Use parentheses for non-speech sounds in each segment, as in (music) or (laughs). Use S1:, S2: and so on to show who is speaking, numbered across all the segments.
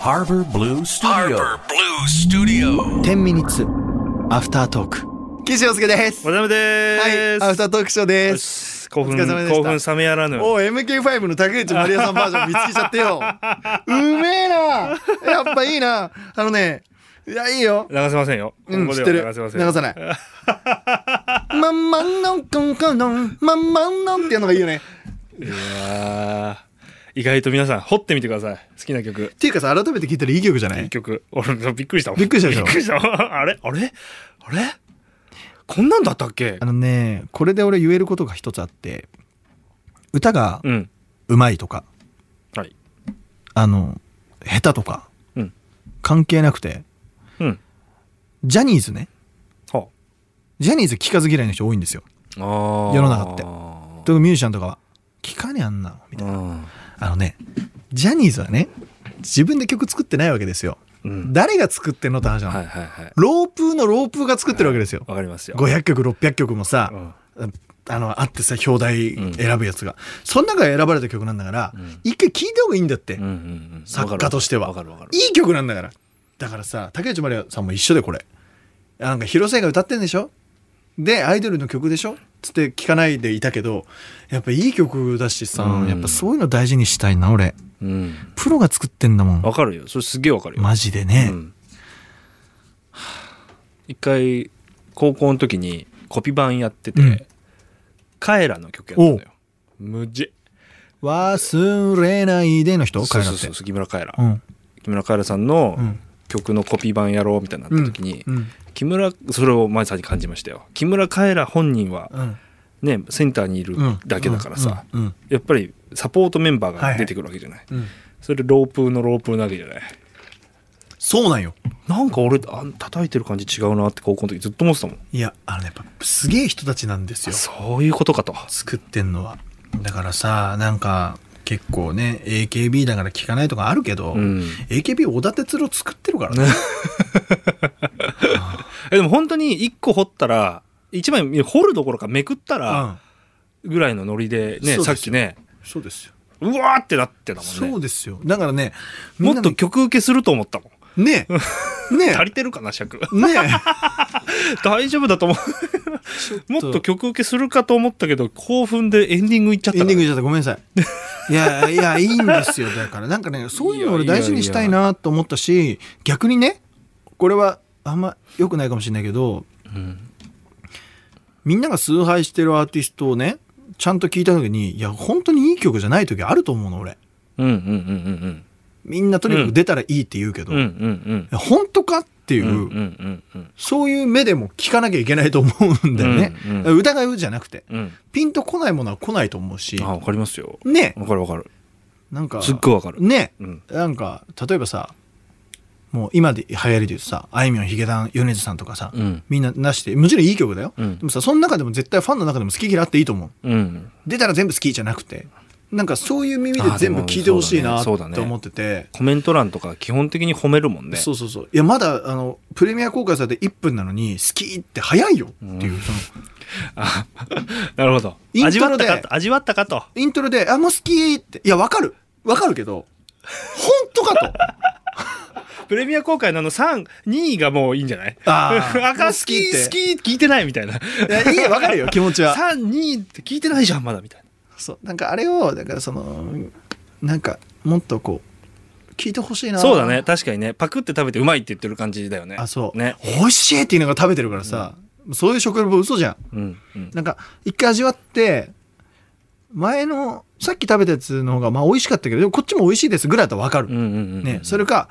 S1: Harbor Blue Studio.
S2: Harbor Blue Studio.
S3: 10ミニッツアフタートーク岸洋介です
S4: おはようで
S3: はい
S4: ーす。
S3: アフタートークショーで
S4: よ
S3: す
S4: し興
S3: お
S4: 奮
S3: 疲れ様でした
S4: 興奮冷めやらぬ。
S3: おう MK5 の竹内まりやさんバージョン見つけちゃって
S4: (laughs)
S3: ようめえなやっぱいいなあのねいやいいよ
S4: 流せませんよ。
S3: うん
S4: ここ
S3: 知
S4: で
S3: っ
S4: は
S3: てる
S4: 流せません。
S3: 流さない
S4: (laughs)
S3: まんまんのんこんこんのんまんまんのんっていうのがいいよね
S4: いやー意外と皆さん掘ってみてください。好きな曲。
S3: っていうかさ改めて聞いたらいい曲じゃない
S4: 一曲。俺びっくりしたもん。
S3: びっくりしたでしょ
S4: びっくりしたもん。 (laughs) あれあれあれこんなんだったっけ
S3: あのねこれで俺言えることが一つあって歌が
S4: うん。
S3: うまいとか
S4: はい。
S3: あの下手とか
S4: うん。
S3: 関係なくて
S4: うん。
S3: ジャニーズね
S4: は
S3: ジャニーズ聞かず嫌いの人多いんですよ
S4: あ。あ
S3: 世の中って
S4: あ
S3: 特にミュージシャンとかは聞かねえあんなのみたい
S4: ー
S3: なあのねジャニーズはね自分で曲作ってないわけですよ、
S4: うん
S3: 誰が作ってんのって話なの、
S4: はいはいはい。
S3: ロープーのロープーが作ってるわけですよ、
S4: わかりますよ。
S3: 500曲600曲もさ、あのあってさ表題選ぶやつが、その中で選ばれた曲なんだから、一回聴いた方がいいんだって、
S4: うんうんうん。
S3: 作家としては
S4: わかるわかる。
S3: いい曲なんだからだからさ竹内まりやさんも一緒でこれなんか広瀬が歌ってんでしょでアイドルの曲でしょつって聴かないでいたけどやっぱいい曲だしさ、
S4: うん
S3: やっぱそういうの大事にしたいな俺
S4: うん。
S3: プロが作ってんだもん
S4: わかるよ。それすげえわかるよ。
S3: マジでね、
S4: うん一回高校の時にコピ版やってて、
S3: うん
S4: カエラの曲やったのよ無事
S3: 忘れないでの人
S4: そう
S3: 彼ら
S4: そ
S3: っ
S4: う
S3: て
S4: そう木村カエラ、
S3: うん
S4: 木村カエラさんの
S3: うん
S4: 曲のコピ版やろうみたいになった時に、
S3: うん
S4: 木村それを前さんに感じましたよ木村カエラ本人は
S3: うん
S4: ねセンターにいる
S3: うん
S4: だけだからさ、
S3: うんうん
S4: やっぱりサポートメンバーが出てくるわけじゃない、
S3: うん
S4: それロープのロープなわけじゃない
S3: そうなんよ
S4: なんか俺あ叩いてる感じ違うなって高校の時ずっと思ってたもん
S3: いやあのねやっぱすげえ人たちなんですよ
S4: そういうことかと
S3: 作ってんのはだからさなんか結構ね AKB だから聞かないとかあるけど、
S4: ん
S3: AKB 小田哲郎作ってるからね
S4: えでも本当に1個掘ったら1枚掘るどころかめくった
S3: う
S4: ら
S3: ん
S4: ぐらいのノリでね、
S3: そうです
S4: さ
S3: よ
S4: っきね
S3: そうですよ
S4: うわーってなってたもんね
S3: そうですよだからねみん
S4: も
S3: な
S4: っと曲受けすると思ったもん
S3: ねね
S4: 足りてるかな尺 (laughs)
S3: ね
S4: 大丈夫だと思うもっと曲受けするかと思ったけど興奮でエンディングいっちゃった
S3: エンデ
S4: か
S3: ィング
S4: ら
S3: しちゃったごめんなさ
S4: (laughs)
S3: いいやいやいいんですよだからなんかねそういうの俺大事にしたいなと思ったし逆にねこれはあんま良くないかもしれないけど、みんなが崇拝してるアーティストをねちゃんと聞いた時にいや本当にいい曲じゃない時あると思うの俺
S4: うんうんうん
S3: みんなとにかく出たらいいって言うけど、
S4: うんうん
S3: い
S4: うんうん
S3: や本当かっていう、
S4: うんうんうんうん
S3: そういう目でも聞かなきゃいけないと思うんだよね。
S4: うんう
S3: 疑うじゃなくて。
S4: うん
S3: ピンとこないものは来ないと思うし
S4: あ、わかりますよ
S3: ね、
S4: わかるわかる
S3: なんか、
S4: すっごいわかる
S3: ね、
S4: うん
S3: なんか、例えばさ、もう今で流行りで言うとさ、あいみょん、ヒゲダン、米津さんとかさ、
S4: うん
S3: みんななして、もちろんいい曲だよ。
S4: うん
S3: でもさ、その中でも絶対ファンの中でも好き嫌いあっていいと思う。
S4: うん
S3: 出たら全部好きじゃなくて、なんかそういう耳で
S4: あーで
S3: 全部
S4: も
S3: 聞いてほしいな
S4: そ
S3: と
S4: うだねそうだね
S3: 思ってて。
S4: コメント欄とか基本的に褒めるもんね
S3: そうそうそういやまだあのプレミア公開されて1分なのに好きって早いよっていう、その
S4: (laughs) あなるほど
S3: イン
S4: 味
S3: ト
S4: わ
S3: ロ
S4: っ
S3: で
S4: たかと味わったかと
S3: イントロで、あ、もう好きって。いや、わかる。わかるけど、本当かと。
S4: プレミア公開のあの3、2位がもういいんじゃない
S3: あー
S4: (laughs) 赤好き、
S3: もう好
S4: 好
S3: き
S4: き、聞いてないみたいな。
S3: いや、いいよわかるよ、気持ちは。
S4: 3、2位って聞いてないじゃん、まだみたいな。
S3: そう。なんかあれを、だからその、なんか、もっとこう、聞いてほしいな。
S4: そうだね。。確かにね。パクって食べてうまいって言ってる感じだよね。
S3: あ、そう。
S4: ね。
S3: 美味しいって言いながら食べてるからさ、そういう食レポ嘘じゃん。
S4: うん。うん。
S3: なんか、一回味わって、前の、さっき食べたやつの方が、まあ美味しかったけど、でもこっちも美味しいですぐらいだったらわかる。
S4: うんうんうん。
S3: ね、それか、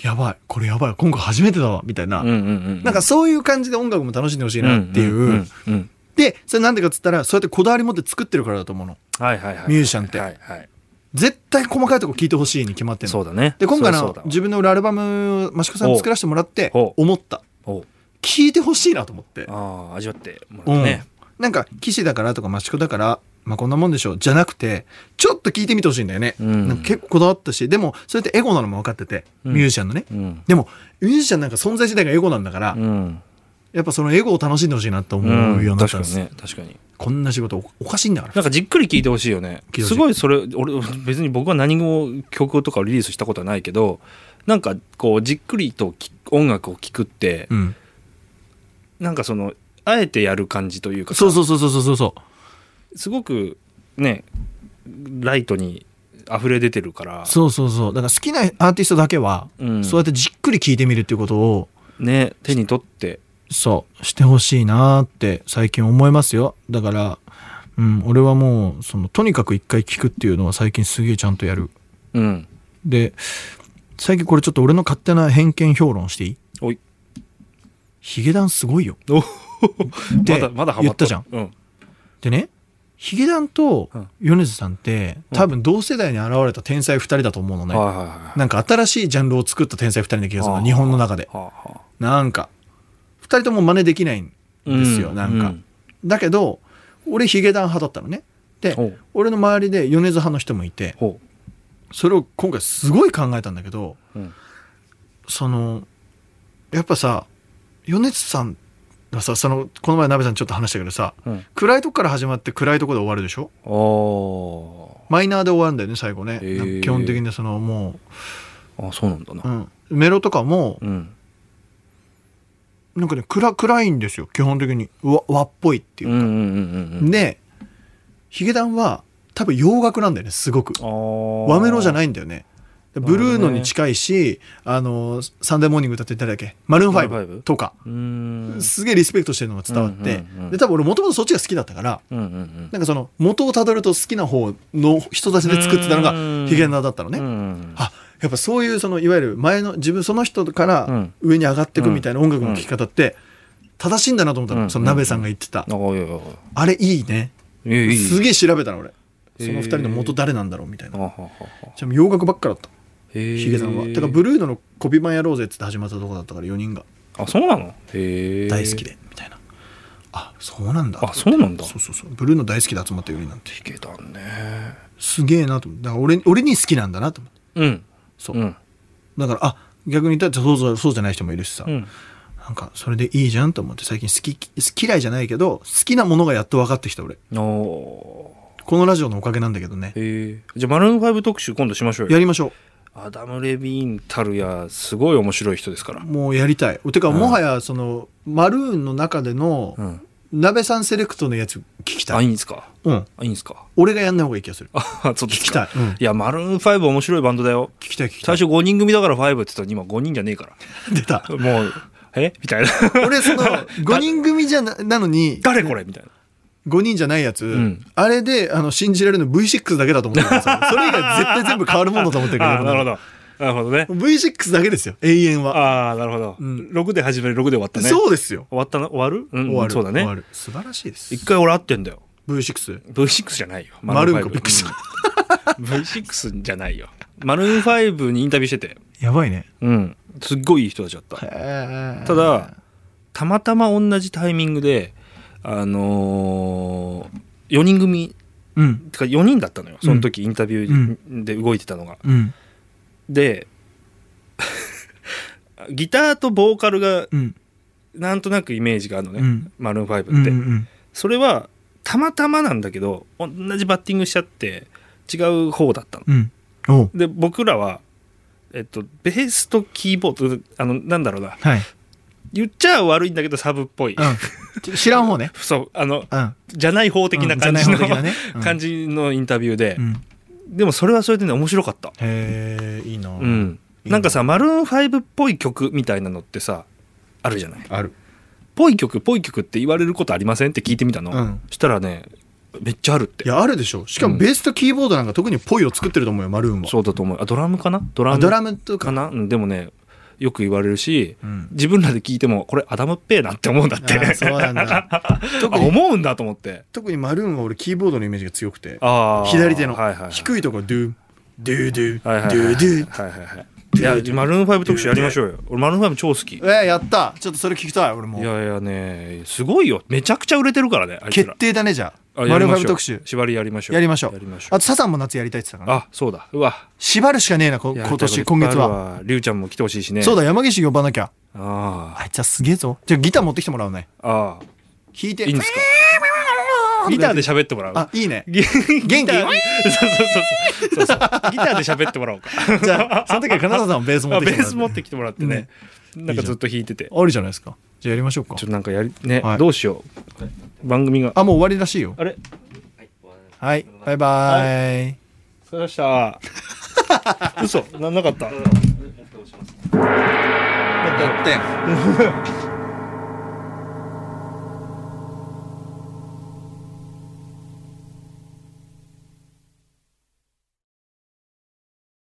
S3: やばい、これやばい、今回初めてだわ、みたいな。
S4: うんうんうん。
S3: なんかそういう感じで音楽も楽しんでほしいなっていう。
S4: んんうんうん。
S3: で、それなんでかっつったら、そうやってこだわり持って作ってるからだと思うの。
S4: はいはいはい。
S3: ミュージシャンって
S4: はいはい。
S3: 絶対細かいとこ聞いてほしいに決まってる
S4: そうだね。
S3: で、今回
S4: そりゃそ
S3: の
S4: うだわ
S3: 自分の俺アルバムを益子さんに作らせてもらって
S4: ほうほ、う
S3: 思った。
S4: おう
S3: 聞いてほしいなと思って。
S4: ああ、味わっても
S3: う
S4: らっ
S3: ん。
S4: てね。
S3: なんか、岸だからとか益子だから、まあこんなもんでしょう、じゃなくて、ちょっと聞いてみてほしいんだよね。
S4: うん
S3: なんか結構こだわったし、でも、それってエゴなのも分かってて、
S4: ん
S3: ミュージシャンのね。
S4: うん。
S3: でも、ミュージシャンなんか存在自体がエゴなんだから、
S4: うん。
S3: やっぱそのエゴを楽しんでほしいなと思うようになった
S4: 確か
S3: んです
S4: に。ね。確かに。
S3: こんな仕事おおかしいんだから。
S4: なんかじっくり聞いてほしいよね
S3: 聞いてほしい
S4: すごいそれ俺別に僕は何も曲とかをリリースしたことはないけどなんかこうじっくりとき音楽を聴くって、
S3: うん、
S4: なんかそのあえてやる感じというかさ
S3: そうそうそうそうそうそう
S4: すごくねライトに溢れ出てるから
S3: そうそうそうだから好きなアーティストだけは、
S4: うん
S3: そうやってじっくり聴いてみるっていうことを
S4: ね手に取って
S3: そうしてほしいなーって最近思いますよだから、うん、俺はもうそのとにかく一回聴くっていうのは最近すげえちゃんとやる
S4: うん
S3: で最近これちょっと俺の勝手な偏見評論していい
S4: おい
S3: ヒゲダンすごいよ
S4: お
S3: (laughs) で
S4: まだまだハマ
S3: 言ったじゃん
S4: うん
S3: でねヒゲダンと
S4: うん
S3: 米津さんって多分同世代に現れた天才2人だと思うのね、
S4: はいはいはい
S3: なんか新しいジャンルを作った天才2人の気がする
S4: あ
S3: の
S4: ー
S3: 日本の中で
S4: はあはあ
S3: なんか2人とも真似できないんですよ、
S4: う
S3: なんか、
S4: うん
S3: だけど俺ヒゲダン派だったのねで
S4: ほう
S3: 俺の周りで米津派の人もいて
S4: ほ
S3: それを今回すごい考えたんだけど
S4: う、うん、
S3: そのやっぱさ米津さんがさそのこの前鍋さんちょっと話したけどさ
S4: うん
S3: 暗いとこから始まって暗いとこで終わるでしょ
S4: あ
S3: マイナーで終わるんだよね最後ね、
S4: へー
S3: なんか基本的にそのも
S4: ーあそうなんだな
S3: う、うん、メロとかも
S4: うん
S3: なんかね暗暗いんですよ基本的にうわ和っぽいっていう
S4: うんう、んうんうん
S3: でヒゲダンは多分洋楽なんだよねすごく和
S4: 和
S3: メロじゃ
S4: い
S3: ないんだよねで
S4: なる
S3: ブ
S4: ほどね
S3: ルーノに近いし、あのサンデーモーニング歌って誰だっけマルーン
S4: マルーンフ
S3: 5
S4: ァイブ
S3: とか
S4: うーんうん
S3: すげえリスペクトしてるのが伝わって、
S4: うんうんうん
S3: で多分俺もともとそっちが好きだったから
S4: うんうん
S3: なんかその元をたどると好きな方の人たちで作ってたの
S4: うん
S3: がヒゲダンだったのね、
S4: うん
S3: あやっぱそういうそのいわゆる前の自分その人か
S4: う
S3: ら
S4: ん
S3: 上に上がっていくみたいな音楽の聴き方って正しいんだなと思ったの、
S4: うん
S3: その鍋さんが言ってた、
S4: あいやいや
S3: あれいいね
S4: いやいやいい
S3: すげえ調べたの俺
S4: へ
S3: そ
S4: ー
S3: の二人の元誰なんだろうみたい
S4: あ
S3: な
S4: ははは
S3: じゃあ洋楽ばっかだったヒ
S4: ヒ
S3: ゲさんは。てか、ブルーノのコピマンやろうぜっつって始まったとこだったから、4人が
S4: あ、そうなのへえ。
S3: 大好き。で、みたいな。あ、そうなんだ。
S4: あ、そうなんだ。
S3: そうそうそう。ブルーノ大好きで集まった4人なんて、
S4: ヒゲだね。
S3: すげえなと思って。だから俺、俺に好きなんだなと思って。
S4: うん。
S3: そう。
S4: うん。
S3: だから、あ、逆に言ったらそうそうそうじゃない人もいるしさ、
S4: うん。
S3: なんかそれでいいじゃんと思って最近好き好き嫌いじゃないけど好きなものがやっと分かってきた俺
S4: お
S3: このラジオのおかげなんだけどね
S4: ーへえ。じゃあ、マルーン5特集今度しましょう
S3: や
S4: よ。
S3: りましょ
S4: アダム・レビーンたるや、すごい面白い人ですから
S3: う。もうやりたいてか、
S4: うん
S3: もはやそのマルーンの中での、
S4: うん。
S3: 鍋さんセレクトのやつ聞きた
S4: あ、
S3: い
S4: いいんですか
S3: うん
S4: あ、いいんですか (laughs)
S3: 俺がやんない方がいい気がする
S4: あ、ちょっと
S3: 聞
S4: 聞
S3: きたいうん
S4: いや、マルーン5面白いバンドだよ。
S3: 聞きたい聞きた
S4: 最
S3: い
S4: 初5人組だから5って言ったのに今5人じゃねえか
S3: 出た
S4: ら。もう、えみ (laughs) たいな。
S3: 俺その5人組じゃななのに
S4: 誰これみたいな。
S3: 5人じゃないやつ、
S4: ん
S3: あれであの信じられるの V6 だけだと思ってる
S4: (laughs)
S3: からさそれ以外絶対全部変わるものだと思ってるか
S4: あ
S3: ら
S4: ーなるほど。なるほどね。
S3: ど V6 だけですよ永遠は
S4: ああ、なるほど。
S3: うん
S4: 6で始まり、6で終わったね。
S3: そうですよ
S4: 終わったな終わるうん
S3: 終わる
S4: そうだね
S3: 終わる素晴らしいです
S4: 一回俺会ってんだよ
S3: V6
S4: V6 じゃないよ
S3: マルーンか
S4: ファイブ
S3: びっくりした
S4: (laughs) うん V6 じゃないよマルーン5にインタビューしてて
S3: やばいね
S4: うんすっごいいい人たちだった、た
S3: た
S4: だたまたま同じタイミングであのー、4人組
S3: うん
S4: てか4人だったのよその時インタビューで動いてたのが、
S3: うん
S4: で (laughs) ギターとボーカルが
S3: うん
S4: なんとなくイメージがあるのね、
S3: うん
S4: マルーン5って、
S3: うんうん
S4: それはたまたまなんだけど同じバッティングしちゃって違う方だったの。
S3: うんおう
S4: で僕らは、えっと、ベースとキーボードあのなんだろうな
S3: はい、
S4: 言っちゃ悪いんだけどサブっぽい、
S3: うんち、知らん方ね
S4: そうあの
S3: うん
S4: じゃない方的な感じの、
S3: うんじゃない方的な
S4: (laughs)
S3: ねうん
S4: 感じのインタビューで
S3: う、ん
S4: でもそれはそれでね面白かった。
S3: へえいいな、
S4: うんなんかさマルーン5っぽい曲みたいなのってさあるじゃない
S3: ある
S4: ぽい曲ぽい曲って言われることありませんって聞いてみたの、
S3: うん
S4: そしたらねめっちゃあるって
S3: いやあるでしょしか
S4: う
S3: も
S4: ん
S3: ベースとキーボードなんか特にポイを作ってると思うよマルーンは
S4: そうだと思うあドラムかなドラ
S3: あ
S4: ム
S3: ドラムと
S4: か
S3: か
S4: な、うんでもねよく言われるし、
S3: うん
S4: 自分らで聞いてもこれアダムっぺえなって思うんだって
S3: あそうなんだ
S4: (laughs)
S3: 特
S4: あ
S3: に
S4: 思うんだと思って
S3: 特にマルーンは俺キーボードのイメージが強くて
S4: あー
S3: 左手の
S4: はいはいはい、
S3: 低いところドゥンドゥドゥド
S4: はいはいは
S3: ゥ
S4: い
S3: ドゥ
S4: はいはいはいいやマルーン5特集やりましょうよ俺マルーン5超好きい
S3: えーやったちょっとそれ聞きたい俺も
S4: やいやねすごいよめちゃくちゃ売れてるからねあいつら
S3: 決定だねじゃあ
S4: あ
S3: マ
S4: や
S3: ル
S4: り
S3: ーン
S4: ま
S3: ファ
S4: し
S3: イ
S4: ょ
S3: ブ
S4: う
S3: 特集
S4: 縛りやりましょう
S3: やりましょ
S4: やり
S3: う
S4: ましょう
S3: あとサザンも夏やりたいって言ってたからね
S4: あそうだうわ
S3: 縛るしかねえなこ
S4: や
S3: 今
S4: りたいこと
S3: 年今月
S4: いっぱ
S3: は
S4: いあるわりゅうちゃんも来てほしいしね
S3: そうだ山岸呼ばなきゃ
S4: あ
S3: あいつはすげえぞじゃあギター持ってきてもらうね
S4: ーあ
S3: 弾いて
S4: ーいいんです
S3: ー
S4: か
S3: ン
S4: ギターで喋ってもらう。
S3: あ、いいね。
S4: ギ
S3: 元
S4: ギ
S3: 気
S4: ターそうそうそうそうそうそう。ギターで喋ってもらおうか。
S3: じゃあ、 (laughs) その時は金沢さんもベース持
S4: あ
S3: って
S4: ベ
S3: きてもらって。
S4: ース持ってきてもらってね。なんかずっと弾いてて。
S3: あるじゃないですか。じゃあやりましょうか
S4: ちょっ。となんかやり、ね
S3: は、い
S4: どうしよう。番組が。
S3: あ、もう終わりらしいよ。
S4: あれ
S3: はい。バイバイ。
S4: 疲れ
S3: (laughs)
S4: ました。嘘、なんなかった。
S3: やってん。